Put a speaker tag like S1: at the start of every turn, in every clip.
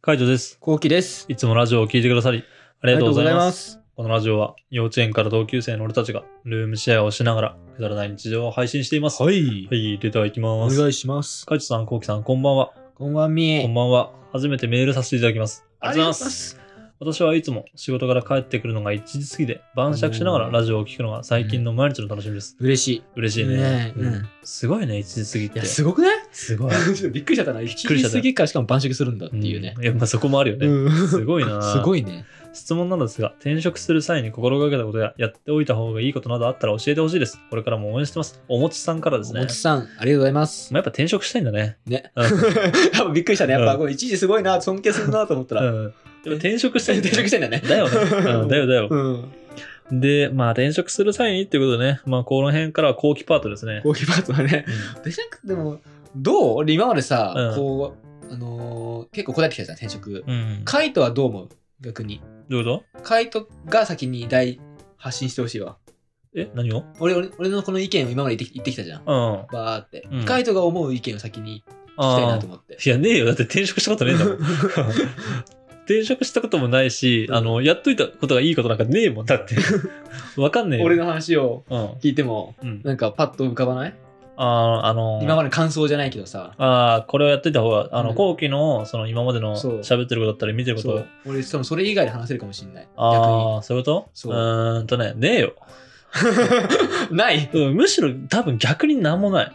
S1: 解除です。
S2: こうきです。
S1: いつもラジオを聞いてくださり、あ
S2: あ
S1: りがとうございます。
S2: す。
S1: このラジオは、幼稚園から同級生の俺たちが、ルームシェアをしながら、くだらない日常を配信しています。は
S2: はい。
S1: い、出てはいき
S2: お
S1: ます。
S2: 願いします。
S1: 解除さん、こうきさん、こんばんは。
S2: こんばんみ。
S1: こんばんは。初めてメールさせていただきます。ありがとうございます。
S2: す。
S1: 私はいつも仕事から帰ってくるのが1時過ぎで、晩酌しながらラジオを聞くのが最近の毎日の楽しみです。
S2: 嬉しい。
S1: 嬉しいね。
S2: ねえ
S1: うん
S2: うん
S1: すごいね、1時過ぎっ
S2: い
S1: て。
S2: や、すごくない
S1: すごい。
S2: びっくりしちゃったな。びっ
S1: くりしちゃった
S2: 過ぎからしかも晩酌するんだっていうね
S1: ん。やっぱそこもあるよね。
S2: うん
S1: すごいな
S2: すごいね。
S1: 質問なのですが、転職する際に心がけたことや、やっておいた方がいいことなどあったら教えてほしいです。これからも応援してます。おもちさんからです
S2: お
S1: ね。
S2: もちさん、ありがとうござい ます。
S1: まあ、やっぱ転職したいんだね。
S2: ね。
S1: うん
S2: やっぱびっくりしたね。やっ
S1: う
S2: ぱ
S1: ん
S2: これ一時すごいな、尊敬するなと思った
S1: う
S2: ら。
S1: ん。でも転職したいんだ
S2: 転
S1: よ
S2: 職してんだね。
S1: だよね。うん、だよだよ。
S2: うん。
S1: で、まあ転職する際にっていうことでね、まあこの辺からは後期パートですね。
S2: コーヒーパートはね。
S1: う
S2: 転職でも、どう俺今までさ
S1: う、ん
S2: こう、あのー、結構答えてきたじゃん、転職。
S1: ん。うん
S2: カイトはどう思う逆に。
S1: どういうこ
S2: カイトが先に大発信してほしいわ。
S1: とえ何を
S2: 俺俺俺のこの意見を今まで言って言ってきたじゃん。
S1: うん。あ
S2: バーって、
S1: うん
S2: カイトが思う意見を先に聞きたいな
S1: あ
S2: と。思って。
S1: いやねえよ。だって転職したことねえんだも ん。転職したこともないし、あの、やっといたことがいいことなんかねえもん。だ って。わかんねえよ。
S2: 俺の話を
S1: うん。
S2: 聞いても、
S1: うん。
S2: なんかパッと浮かばない、
S1: あーあのー
S2: 今までの感想じゃないけどさ。
S1: あーこれをやっといた方が、あ
S2: う
S1: の、
S2: ん
S1: 後期の、その、今までの
S2: そう
S1: 喋ってることだったり、見てるこ
S2: そ
S1: と
S2: う、俺多分それ以外で話せるかもしれない。
S1: ああ、そういうこと
S2: そう
S1: ーんとね、ねえよ。
S2: 逆 に。ない
S1: うんむしろ多分逆になんもない。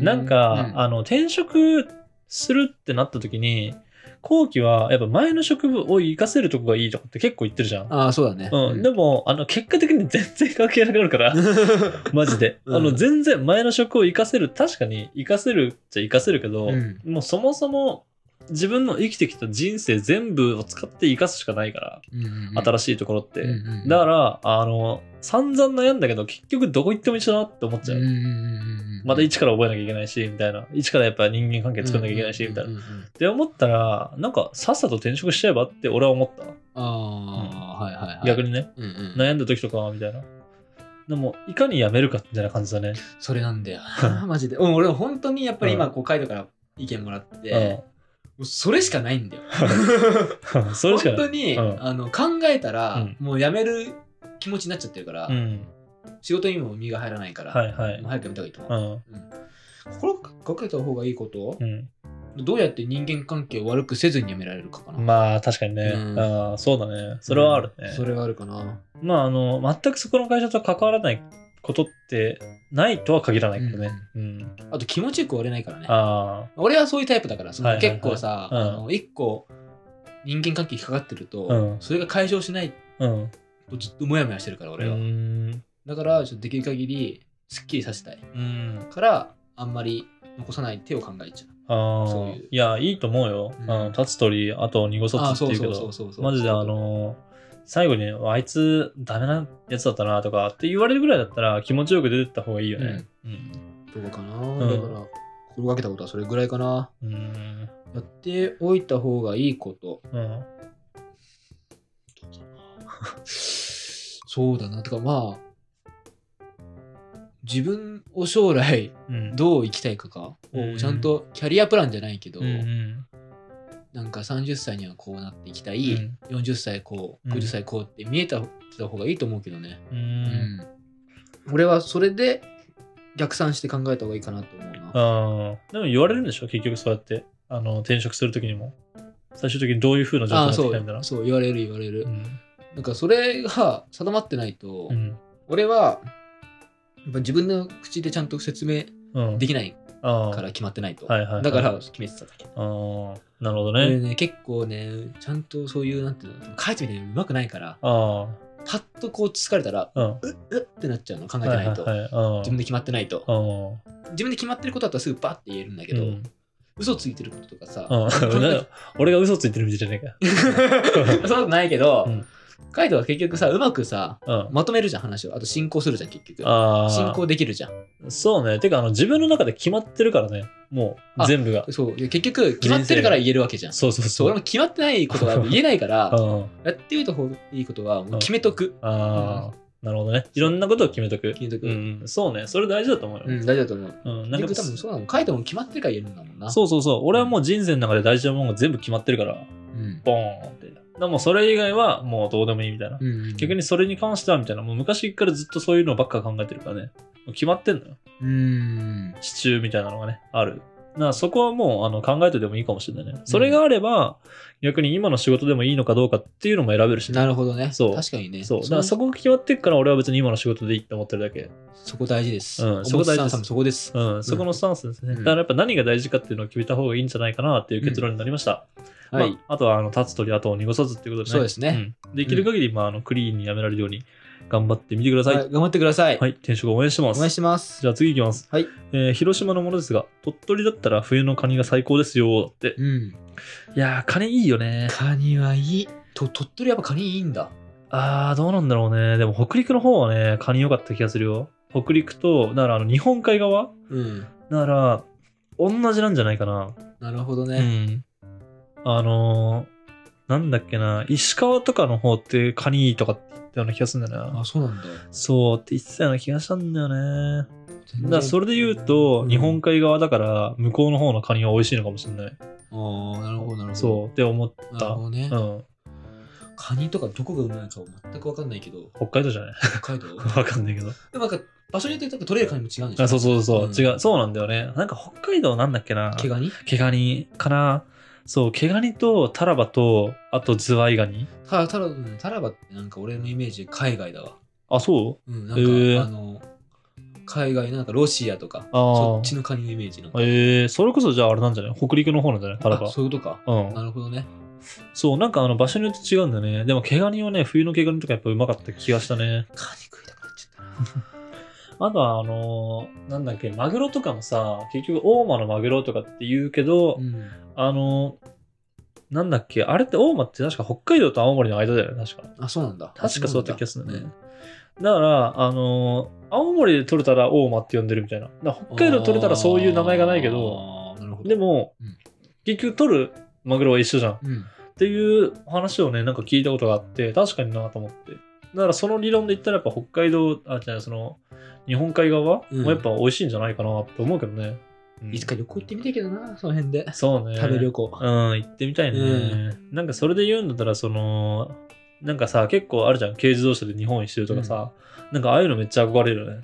S1: なんか、あの、転職するってなった時に、後期はやっぱ前の職を活かせるとこがいいとかって結構言ってるじゃん。
S2: ああー、そうだね。
S1: うん、でも、あの、結果的に全然関係なくなる から、マジで。
S2: うん
S1: あの、全然前の職を活かせる、確かに活かせるっちゃ活かせるけど、
S2: うん
S1: もうそもそも自分の生きてきた人生全部を使って活かすしかないから、新しいところって。
S2: い
S1: だから、あの、散々悩んだけど、結局どこ行っても一緒だなって思っちゃう。また
S2: 一
S1: 一から覚えなきゃいけないし、みたいな。一からやっぱ人間関係作んなきゃいけないし、みたいな。っ。て思ったら、なんかさっさと転職しちゃえばって俺は思った。
S2: ああ、はいはいはい。
S1: 逆
S2: に。
S1: にね。悩んだ時とかみたいな。でも、いかに辞めるかみたいな感じだね。
S2: それなんだよ。 マジで。うん、俺本当にやっぱり今、こう、カイトから意見もらって、もうそれしかないんだ よ。
S1: うん。 それしか
S2: 本
S1: な
S2: 当
S1: い。
S2: に、
S1: うん
S2: あの考えたら、
S1: うん
S2: もう辞める気持ちになっちゃってるから、
S1: うん。
S2: 仕事にも身が入らないから、
S1: はいはい
S2: もう。早く辞めた方がいいと
S1: う
S2: 思う。
S1: ん。
S2: 心かけた方がいいこと
S1: う、ん。
S2: どうやって人間関係を悪くせずに辞められるかかな。
S1: まあ、確かにね。
S2: うん
S1: あーそうだね。それはあるね。
S2: それはあるかな。
S1: まあ、あの、全くそこの会社と関わらないことってないとは限らないけどね。うん。
S2: あと気持ちよく折れないからね。
S1: あ
S2: 俺はそういうタイプだから、そ
S1: はい
S2: の
S1: はいはい
S2: 結構さ、
S1: うん
S2: あの一個人間関係引っかかってると、
S1: うん
S2: それが解消しない
S1: あ。うん。
S2: とずっとモヤモヤしてるから、俺は。
S1: うん。
S2: だから、ちょっとできる限り、すっきりさせたい。
S1: うん。
S2: から、あんまり残さない手を考えちゃう。
S1: あ
S2: そう
S1: あ
S2: いう。
S1: いや、いいと思うよ。
S2: う
S1: うんん。立つ鳥、あと濁
S2: あ
S1: さ
S2: ー
S1: ず
S2: そ
S1: ってい
S2: う
S1: うけ
S2: そう
S1: ど
S2: そう。そうそう
S1: マジであの最後にあいつダメなやつだったなとかって言われるぐらいだったら気持ちよく出てった方がいいよね。うん。
S2: どうかな、
S1: ん
S2: だから心がけたことはそれぐらいかな
S1: うん。
S2: やっておいた方がいいこと
S1: うん。
S2: そうだなとかまあ自分を将来
S1: うん。
S2: どう生きたいかか
S1: うん
S2: をちゃんとキャリアプランじゃないけど、
S1: うんうん
S2: なんか30歳にはこうなっていきた
S1: う
S2: い、
S1: ん
S2: 40歳こう
S1: うん
S2: 50歳こうって見えた,、た方がいいと思うけどね、
S1: う。
S2: うん俺はそれで逆算して考えた方がいいかなと思うな
S1: あーでも言われるんでしょ結局そうやって。あの、転職するときにも。最終的にどういう風な状
S2: あ
S1: 況に
S2: あ
S1: なってき
S2: そ
S1: たみたいな
S2: う。そう言われる言われる、
S1: うん
S2: なんかそれが定まってないと、
S1: うん。
S2: 俺はやっぱ自分の口でちゃんと説明
S1: うん。
S2: できない
S1: あ
S2: か
S1: ー
S2: ら決まってないと、
S1: はいはいはい
S2: だから決めてただけ、
S1: あー。なるほど
S2: 俺
S1: ね。
S2: ね結構ねちゃんとそういうなんていうの書いてみてうまくないから
S1: あ
S2: パッとこう疲れたら
S1: あ。うん。
S2: うっってなっちゃうの考えて
S1: はい
S2: な
S1: はい
S2: い
S1: はい
S2: と、。
S1: あ
S2: 自分で決まってないと、
S1: ーあ
S2: 自分で決まってることだったらすぐバッて言えるんだけ
S1: ー。
S2: ど、
S1: うん
S2: 嘘ついてることとかさ、
S1: うん
S2: そんな
S1: 俺が嘘ついてるみたいじゃないか。
S2: そんなことないけど、
S1: うん
S2: カイトは結局さうまくさ
S1: うん。
S2: まとめるじゃん話をあと進行するじゃん結局
S1: ああ。
S2: 進行できるじゃん
S1: そうね。てか、あの、自分の中で決まってるからね。もう、
S2: あ
S1: 全部が。
S2: そういや結局決まってるから言えるわけじゃん
S1: そうそう
S2: そう
S1: そ
S2: 俺
S1: う。
S2: も決まってないことは言えないから
S1: うん。
S2: やっておいた方がいいことはもう決めとく、
S1: ああ、なるほどね。いろんなことを決めとく。
S2: 決めとく
S1: うん。そうね。それ大事だと思うよ
S2: う。ん、大丈夫だと思う
S1: うん。なん
S2: 結
S1: か
S2: 局多分そうなの書いても決まってるから言えるんだもんな
S1: そうそうそう。俺はもう人生の中で大事なものが全部決まってるから。
S2: うん
S1: ボーンって。だからもうそれ以外はもうどうでもいいみたいな。
S2: うん
S1: 逆にそれに関してはみたいな、もう昔からずっとそういうのばっか考えてるからね。もう決まってんのよ。
S2: うん
S1: 支柱みたいなのがね、ある。なそこはもうあの考えてでもいいかもしれないね。それがあれば、逆に今の仕事でもいいのかどうかっていうのも選べるしね。
S2: なるほどね
S1: そう
S2: 確かにね
S1: そう。だからそこが決まってっから俺は別に今の仕事でいいって思ってるだけ。
S2: そこ大事です
S1: うんそこ大事です
S2: お坊さんさんもそこです
S1: うん、そこのスタンスですね。
S2: うん
S1: だからやっぱ何が大事かっていうのを決めた方がいいんじゃないかなっていう結論になりました。
S2: は
S1: ま
S2: い
S1: あ、あとはあの立つ鳥後を濁さずっていうことでね。
S2: そうですね
S1: うんできる限り、まあ、あのクリーンにやめられるように頑張ってみてください。
S2: は
S1: はいい、
S2: 頑張ってください
S1: 転職応援してま
S2: 応援
S1: す。
S2: してます
S1: じゃあ次いきます。
S2: はい
S1: えー広島のものですが、鳥取だったら冬のカニが最高ですよって。
S2: うん
S1: いやー、カニいいよね。
S2: カニはいいと鳥取やっぱカニいいんだ
S1: あー、どうなんだろうね。でも北陸の方はね、カニ良かった気がするよ。北陸と、だからあの日本海側
S2: うん
S1: なら、同じなんじゃないかな。
S2: なるほど
S1: う
S2: ね
S1: ん。あのー、なんだっけな、石川とかの方ってカニとかって言ったような気がするんだよな
S2: あ。そうなんだ
S1: そうって言ってたような気がしたんだよね。だ
S2: 全然
S1: からそれで言うと、日本海側だから、向こうの方のカニは美味しいのかもしれない。
S2: ああなるほどなるほど
S1: そうって思っ
S2: なる
S1: た
S2: ほ。どね
S1: うん。
S2: カニとかどこがうまいかは全く分かんないけど
S1: 北海道じゃない
S2: 北海道
S1: わかんないけど。
S2: でもなんか場所によってなんか取れるカニも違うんでしょ
S1: あ、そうそうそう、
S2: ん
S1: 違う。そうなんだよね。なんか北海道なんだっけな。
S2: 毛ガニ
S1: 毛ガニかな。そう、毛ガニとタラバと、あとズワイガニ。
S2: たたらうんタラバってなんか俺のイメージ海外だわ
S1: あ、そう
S2: うんなんか、
S1: へー
S2: あの海外のなんかロシアとか
S1: あー
S2: そっちのカニのイメージなんか
S1: ええそれこそじゃああれなんじゃない北陸の方なんじゃないタラ
S2: あ
S1: バ。
S2: そういうことか
S1: うん。
S2: なるほどね
S1: そう、なんかあの場所によって違うんだよね。でも毛ガニはね、冬の毛ガニとかやっぱうまかった気がしたね。
S2: カニ食いたくなっちゃったな
S1: あとはあのーなんだっけ、マグロとかもさ、結局大間のマグロとかって言うけど、
S2: うん
S1: あのーなんだっけ、あれって大間って確か北海道と青森の間だよね、確か。
S2: あそうなんだ
S1: 確かそうだった気がするんだよ
S2: う
S1: ね
S2: ん。
S1: だから、あのー青森で取れたら大間って呼んでるみたいな。だから北海道取れたらそういう名前がないけど、
S2: あーなるほど
S1: でも、
S2: うん
S1: 結局取るマグロは一緒じゃん。
S2: うん
S1: っていう話をね、なんか聞いたことがあって、確かになと思って。だからその理論で言ったらやっぱ北海道、あ、じゃあその、日本海側
S2: うん
S1: もやっぱ美味しいんじゃないかなって思うけどね。うん
S2: いつか旅行行ってみたいけどなその辺で
S1: そうね。
S2: 食べ旅行
S1: うん、行ってみたいね。
S2: う
S1: なんかそれで言うんだったら、その、なんかさ、結構あるじゃん。軽自動車で日本一周とかさ、なんかああいうのめっちゃ憧れるよね。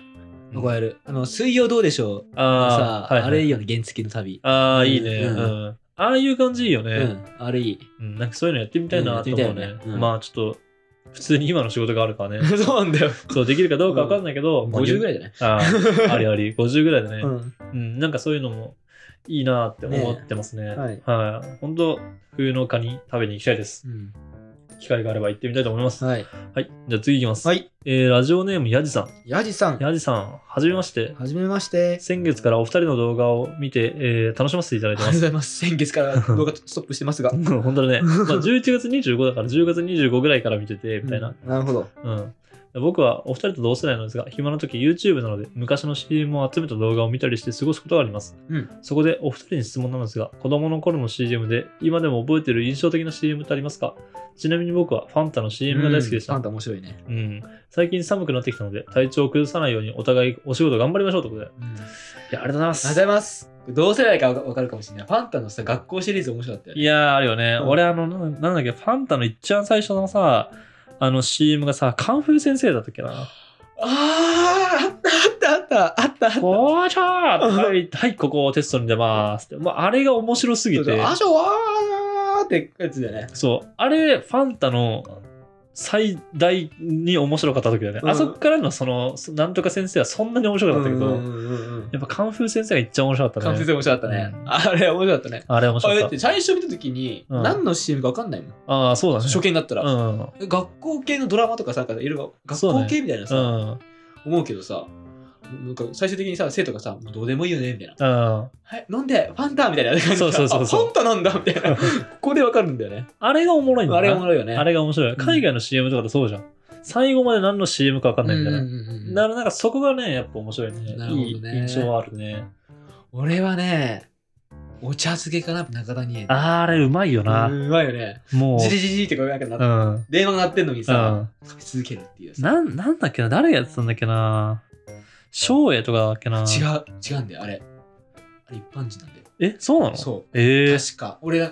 S1: うん
S2: 憧れるあの水曜どうでしょう
S1: ああ、
S2: さ
S1: はいはい
S2: あれいいよね原付の旅
S1: ああ、いいね、う。
S2: うんん
S1: ああいう感じいいよね。
S2: うんあれいい
S1: うん、なんかそういうのやってみたいなと思う
S2: うんや
S1: ね
S2: ってみ。たいよねうん
S1: まあちょっと、普通に今の仕事があるからね。
S2: そうなんだよ
S1: そう、できるかどうかわかんないけど、
S2: 50ぐらいじゃない
S1: あー ありあ り、50ぐらいでね、
S2: う
S1: うん
S2: ん
S1: なんかそういうのもいいなって思ってますね。
S2: えはい
S1: はい。本当冬のカニ食べに行きたいです。
S2: うん
S1: 機会があれば行ってみたいと思います。はい。
S2: はい
S1: じゃあ次行きます。
S2: はい
S1: えーラジオネーム、やじさん。
S2: ヤジさん
S1: やじさん、はじめまして。
S2: はじめまして
S1: 先月からお二人の動画を見て、えー楽しませていただい
S2: あり
S1: て
S2: がと
S1: ま
S2: うご
S1: す。
S2: ざいます先月から動画ストップしてますが
S1: 本当だね。まあ、11月25だから10月25ぐらいから見てて、みたいな。
S2: うんなるほど
S1: うん、僕はお二人と同世代なんですが、暇な時 YouTube なので昔の CM を集めた動画を見たりして過ごすことがあります。
S2: うん
S1: そこでお二人に質問なんですが、子供の頃の CM で今でも覚えてる印象的な CM ってありますかちなみに僕はファンタの CM が大好きでし
S2: うんあ
S1: た
S2: ん。た面白いね
S1: うん最近寒くなってきたので体調を崩さないようにお互いお仕事頑張りましょうということで。
S2: うんありがと
S1: いや、ありがとうございま
S2: うご
S1: す。
S2: ざいます同世代からわかるかもしれないファンタのさ学校シリーズ面白かったよ
S1: い
S2: ね
S1: やー、あるよね。
S2: うん
S1: 俺、あの、ななんだっけ、ファンタの一番最初のさ、あの CM がさ、カンフー先生だったっけな。
S2: あーあったあったあったあ った
S1: おーちゃーはい、はい、ここをテストに出ますって。まあ、あれが面白すぎて。
S2: あしょわーってやつだよね
S1: そう。あれ、ファンタの最大に面白かった時だよね。
S2: うん
S1: あそこからの、その、そなんとか先生はそんなに面白かったけど、やっぱカンフー先生が一番面白かった
S2: 完
S1: ね
S2: 成。面白かったね
S1: う。ん
S2: あれ面白かったね。
S1: あれ面
S2: あ
S1: 白
S2: れっ
S1: かって
S2: 最初見た時に
S1: うん
S2: 何の CM か分かんないもん。
S1: た。ああ、そうだね。
S2: 初見だった
S1: う
S2: ら。
S1: ん。うん。
S2: 学校系のドラマとかさ、なんかいろいろ学
S1: そうね
S2: 校系みたいなさ、
S1: うん。
S2: 思うけどさ、なんか最終的にさ、生徒がさ、もうどうでもいいよね、みたいな。はい、飲んで、ファンタみたいな感じで
S1: そうそうそうそう
S2: あファンタなんだみたいな。ここで分かるんだよね。
S1: あれがおもろいんだ
S2: あれ面
S1: い、
S2: 白いよね。
S1: あれが面白い。
S2: ん
S1: 海外の CM とかだとそうじゃん。最後まで何の CM か分かんないみたいな。
S2: うんうんうん
S1: だからなんかそこがね、やっぱ面白いね。
S2: なるほど
S1: い
S2: ね
S1: い印象はあるね。
S2: 俺はね、お茶漬けかな、中谷。
S1: あれうまいよな。
S2: うまいよね。
S1: もう。
S2: じりじりってこうなんかな
S1: う
S2: って、
S1: ん。
S2: 電話が鳴ってんのに
S1: う
S2: さ、
S1: ん。
S2: かみ続けるっていうさ。
S1: なん、なんだっけな誰がやってたんだっけな翔英とかだっけな
S2: 違
S1: う。
S2: う違うんだよあれあれ一般人なんだよ
S1: え、そうなの
S2: そう
S1: ええ
S2: 確か俺が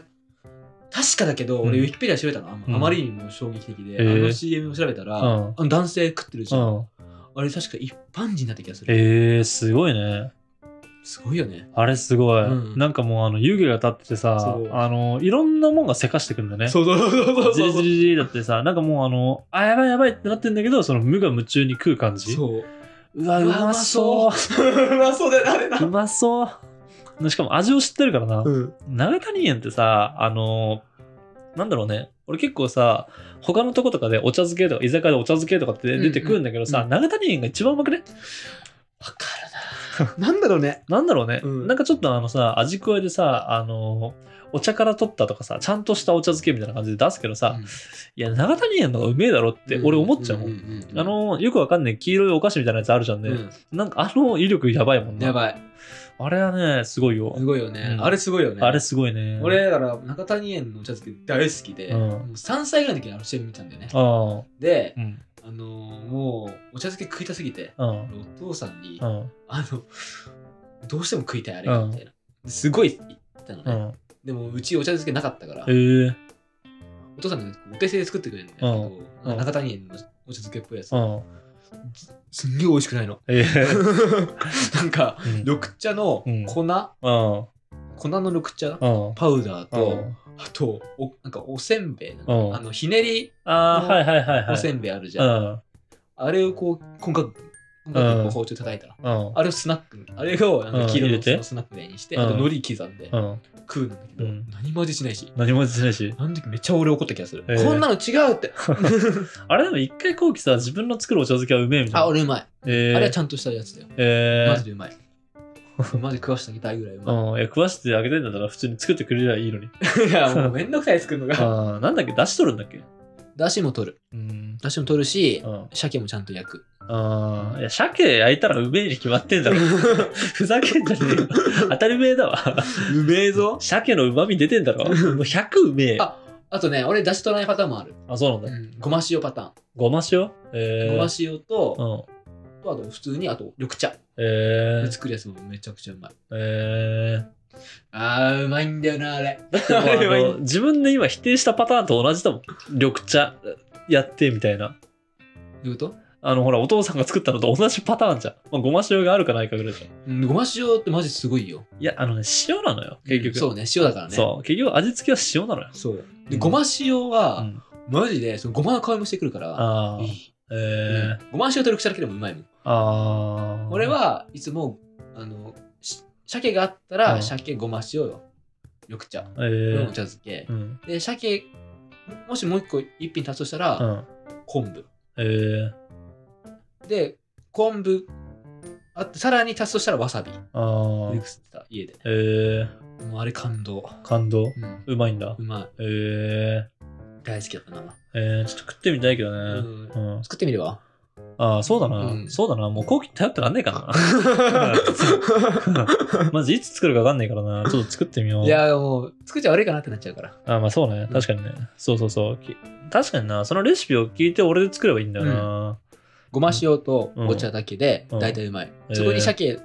S2: 確かだけど、俺、
S1: う
S2: ウ
S1: ん
S2: ィキペディア調べたの。あ
S1: うん
S2: あまりにも衝撃的で、
S1: へえ
S2: あの CM を調べたら、
S1: うん
S2: あの男性食ってるじ
S1: う
S2: ゃん。
S1: ん。
S2: あれ、確か一般人だった気がする。
S1: えー、すごいね。
S2: すごいよね。
S1: あれすごい。
S2: うん
S1: なんかもうあの湯気が立っててさ
S2: そう、
S1: あの、いろんなもんがせかしてくるんだよね。
S2: そうそうそうそうそう。
S1: じりじりじりだってさ、なんかもうあの、あ、やばいやばいってなってんだけど、その無我夢中に食う感じ。
S2: そう。
S1: うわ、うまそう。
S2: うまそうだよね、あれ
S1: う
S2: な。
S1: まそう。しかも味を知ってるからな。
S2: うん。
S1: 長谷園ってさ、あのなんだろうね。俺結構さ、他のとことかでお茶漬けとか、居酒屋でお茶漬けとかって出てくるんだけどさ、
S2: うんうん
S1: 長谷園が一番うまくね
S2: わかるな。なんだろうね。
S1: なんだろうね、
S2: うん
S1: なんかちょっとあのさ、味加えでさ、あのお茶から取ったとかさ、ちゃんとしたお茶漬けみたいな感じで出すけどさ、いや、長谷園の方がうめえだろって俺思っちゃうもん。あのよくわかんない黄色いお菓子みたいなやつあるじゃんね。
S2: うん
S1: なんかあの威力やばいもんね。
S2: やばい。
S1: あれはね、すごいよ
S2: す。ごいよね
S1: う。ん
S2: あれすごいよね。
S1: あれすごいね。
S2: 俺、だから、中谷園のお茶漬け大好きで、
S1: うん
S2: もう3歳ぐらいの時にあの CM 見たんだよね。
S1: あ
S2: で
S1: あ、う、ん、
S2: あのーもう、お茶漬け食いたすぎて、
S1: うん、
S2: お父さんに
S1: う、ん、
S2: あの、どうしても食いたいあれ
S1: う
S2: が、
S1: ん
S2: みたいな。ですごい言ったの
S1: う
S2: ね。
S1: ん。
S2: でも、うちお茶漬けなかったから
S1: ええ、ー、
S2: お父さんがお手製で作ってくれるんだけど、
S1: うんうん
S2: 中谷園のお茶漬けっぽいやつ
S1: う。ん。
S2: すんげえ美味しくないの。
S1: ええ
S2: なんか、
S1: うん
S2: 緑茶の
S1: うん
S2: 粉、
S1: うん、
S2: 粉の緑茶
S1: うん。
S2: パウダー
S1: う
S2: と、
S1: ん
S2: あと、お、なんかおせんべいな
S1: う
S2: の
S1: ん
S2: あの、ひねり
S1: ああ、はいはいはいはい。
S2: おせんべいあるじ
S1: う
S2: ゃん。
S1: ん、
S2: あれをこう、今回、今回
S1: うん
S2: こう包丁叩いたら。
S1: うん、
S2: あれをスナック、あれをなんか黄色
S1: うん入れて
S2: のスナックでにして、
S1: うん
S2: あと海苔刻んで
S1: うん。
S2: 食うんだけ
S1: う
S2: ど
S1: ん、
S2: 何も味しないし。
S1: 何もしないし。
S2: あの時めっちゃ俺怒った気がする。
S1: えー
S2: こんなの違うって。
S1: あれでも一回後期さ、自分の作るお茶漬けはうめえみたいな。
S2: あ、俺うまい。
S1: ええ
S2: あれはちゃんとしたやつだよ。
S1: え
S2: マ
S1: え
S2: ジでうま い。マジ食わしてあげたいぐらいう
S1: う
S2: ま
S1: ん、いや食わせてあげたいんだったら普通に作ってくれりゃいいのに。
S2: い。いや、もうめんどくさい作るのが。
S1: ああ、なんだっけ出しとるんだっけ
S2: だしも取る。
S1: うん。
S2: だしも取るし
S1: う、ん。
S2: 鮭もちゃんと 焼く。
S1: ああ、いや、鮭焼いたらうめえに決まってんだろ。 ふざけんじゃねえよ。当たり前だ わ。
S2: うめえぞ。
S1: 鮭の旨味出てんだろ。もう100うめえ。あ
S2: ああとね、俺だし取らないパターンもある。
S1: そうなんだ。
S2: ごま塩パタ
S1: ごま塩
S2: ー
S1: えー、
S2: ン。ごま塩と、
S1: うん。
S2: とあと普通に、あと緑茶。
S1: えー、
S2: 作るやつもめちゃくちゃうまい。
S1: えー。
S2: あー、うまいんだよな、あれ。
S1: だって もうあ
S2: やばい
S1: の自分で今否定したパターンと同じだもん。緑茶やってみたいな。
S2: どういうこと
S1: あの、ほら、お父さんが作ったのと同じパターンじゃん。まあ、ごま塩があるかないかぐらいじゃん。
S2: うんごま塩ってマジすごいよ。
S1: いや、あのね、塩なのよ、結局。
S2: そうね、塩だからね。
S1: そう結局味付けは塩なのよ。
S2: そう。
S1: う
S2: で、
S1: ん
S2: ごま塩
S1: う
S2: は、
S1: ん、
S2: マジで、そのごまの香りもしてくるから、
S1: ああ
S2: い。い。
S1: えー
S2: うんごま塩と緑茶だけでもうまいもん。
S1: ああ。
S2: 俺、はいつも、あの、し鮭があった
S1: う
S2: ら、
S1: ん
S2: 鮭、ごま塩よ。緑茶。
S1: え
S2: お
S1: ー
S2: 茶漬け
S1: う。ん。
S2: で、鮭、もしもう一個一品足すとしたら、
S1: うん。
S2: 昆布。
S1: えー、
S2: で、昆布、あとさらに足すとしたらわさび。
S1: あ
S2: よ
S1: あ
S2: く。吸ってた、家で。
S1: えー、
S2: もうあれ感動。
S1: 感動。
S2: うん。
S1: うまいんだ
S2: う。ま
S1: えー、
S2: い。大好きだったな。
S1: えー、ちょっと食ってみたいけど
S2: う
S1: ね。
S2: ん
S1: う。ん。
S2: 作ってみれば
S1: ああ、そうだな、
S2: うん
S1: そうだな。もう後期頼ってらんねえから な。 マジいつ作るか分かんないからな。ちょっと作ってみよう。
S2: いや、もう、作っちゃ悪いかなってなっちゃうから。
S1: あまあそうね。確かにね。そうそうそう。き確かにな。そのレシピを聞いて俺で作ればいいんだよな。
S2: ごま塩と
S1: うん
S2: お茶だけで、
S1: うん
S2: 大体うまい。
S1: ー
S2: そこに鮭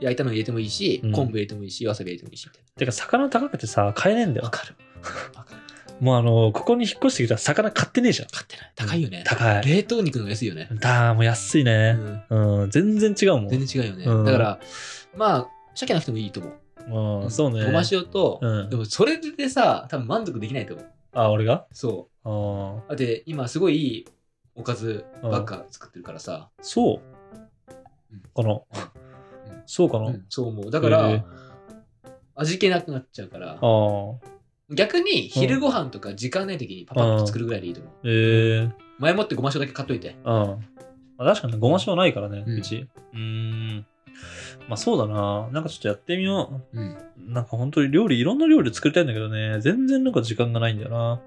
S2: 焼いたの入れてもいいし、
S1: うん
S2: 昆布入れてもいいし、わさび入れてもいいし。みたい
S1: てか、魚高くてさ、買えねえんだ
S2: なわ
S1: よ。
S2: かる。わかる。
S1: もうあの、ここに引っ越してきたら魚買ってねえじゃん。
S2: 買ってない。高いよね。
S1: 高い。
S2: 冷凍肉の方が安いよね。
S1: だーもう安いうね。
S2: ん。
S1: うん、全然違うもん。
S2: 全然違うよね。
S1: うん
S2: だから、まあ、鮭なくてもいいと思う。
S1: うん、そうね。
S2: ごま塩と、
S1: うん
S2: でもそれでさ、多分満足できないと思う。
S1: あ、俺が
S2: そ
S1: あー
S2: う。だって今すごいいいおかずばっか作ってるからさ。
S1: そうかな。そうかな。
S2: うんそう思う。
S1: だ
S2: だから、
S1: あ
S2: 味気なくなっちゃうから
S1: あ。ー。
S2: 逆に昼ご飯とか時間ない時にパパッと作るぐらいでいいと思う。
S1: ええ
S2: 前もってごま塩だけ買っといて。
S1: うん。まあ、確かにねごま塩ないからね、
S2: うん
S1: うち。うーん。まあそうだな。なんかちょっとやってみよ
S2: うん。
S1: う。なんか本当に料理、いろんな料理作りたいんだけどね、全然なんか時間がないんだよな。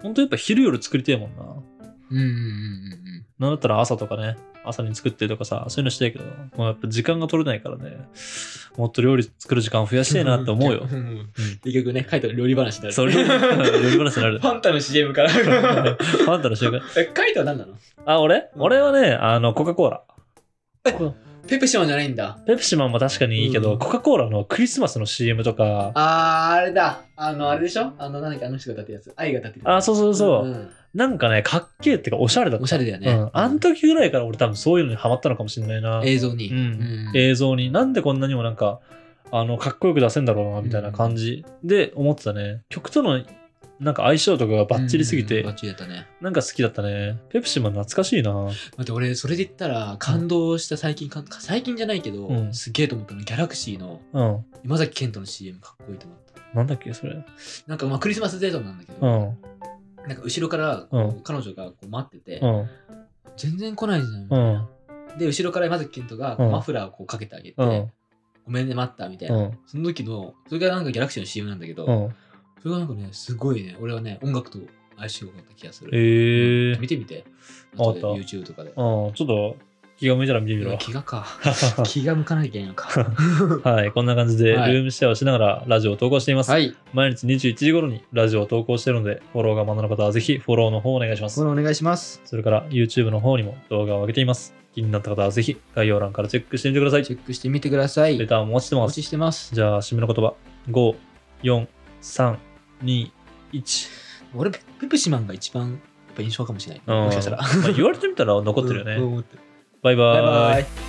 S1: 本当やっぱ昼夜作りたいもんな。
S2: うんうんうん
S1: なんだったら朝とかね、朝に作ってとかさ、そういうのしたいけど、もうやっぱ時間が取れないからね、もっと料理作る時間を増やしたいなって思う よ。
S2: ん結局ね、書いてある料理話になる。
S1: それ、料理話になる。
S2: パンタの CM から。 え、
S1: ファンタの瞬間。
S2: 書いては何なの
S1: あ、俺
S2: うん
S1: 俺はね、あの、コカ・コーラ。
S2: ペプシマンじゃないんだ。
S1: ペプシマンも確かにいいけど、
S2: うん
S1: コカ・コーラのクリスマスの CM とか、
S2: あー、あれだ。あの、あれでしょあの、何かあの人が立ってるやつ。愛が立ってる。
S1: あそうそうそう、
S2: んん
S1: なんかね、かっけえっていうか、おしゃれだった。
S2: おしゃれだよね。
S1: うん。あの時ぐらいから俺多分そういうのにハマったのかもしれないな。
S2: 映像に。
S1: うん映像に。なんでこんなにもなんか、あの、かっこよく出せんだろうな、みたいな感じで思ってたね。曲との、なんか相性とかがバッチリすぎて
S2: うんバ、ッチリだったね。
S1: なんか好きだったね。ペプシマン懐かしいな。
S2: 待って、俺、それで言ったら、感動した最近、か最近じゃないけど、
S1: うん
S2: すげえと思ったの、ギャラクシーの
S1: うん。
S2: 今崎健人の CM かっこいいと思った。
S1: なんだっけ、それ。
S2: なんか、まあ、クリスマスデートなんだけ
S1: う
S2: ど、
S1: ん。
S2: なんか、後ろから、こう
S1: うん
S2: 彼女がこう待ってて、
S1: うん。
S2: 全然来ないじゃん。
S1: うん。
S2: で、後ろから今崎健人が、
S1: うん
S2: マフラーをこうかけてあげて、
S1: うん。
S2: ごめんね、待った、みたいうな。
S1: ん。
S2: その時の、それがなんかギャラクシーの CM なんだけど、
S1: うん。
S2: それがなんかね、すごいね、俺はね、音楽と相性があった気がする。
S1: ええ
S2: 見てみて。
S1: わか
S2: 後
S1: っ
S2: で
S1: た
S2: YouTube とかで。
S1: うん。ちょっと、気が向いたら見てみるわ。
S2: 気が か。気が向かなきゃいけないのか。
S1: はい。こんな感じで、ル
S2: はい
S1: ームシェアをしながらラジオを投稿しています。
S2: はい。
S1: 毎日21時頃にラジオを投稿しているので、フォローがまだの方はぜひフォローの方をお願いします。
S2: お願いします。
S1: それから YouTube の方にも動画を上げています。気になった方はぜひ概要欄からチェックしてみてください。
S2: チェックしてみてください。
S1: レターも落ちて
S2: お
S1: ま
S2: 待
S1: す。
S2: ちしてます。
S1: じゃあ、締めの言葉。5、4、3、2、1。
S2: 俺、ペペプシマンが一番やっぱ印象かもしれない。
S1: うん
S2: もしかしたら。
S1: まあ言われてみたら残ってるよね。
S2: うんうん思ってる
S1: バイ
S2: バ
S1: バ
S2: イ
S1: ーイ
S2: バイ。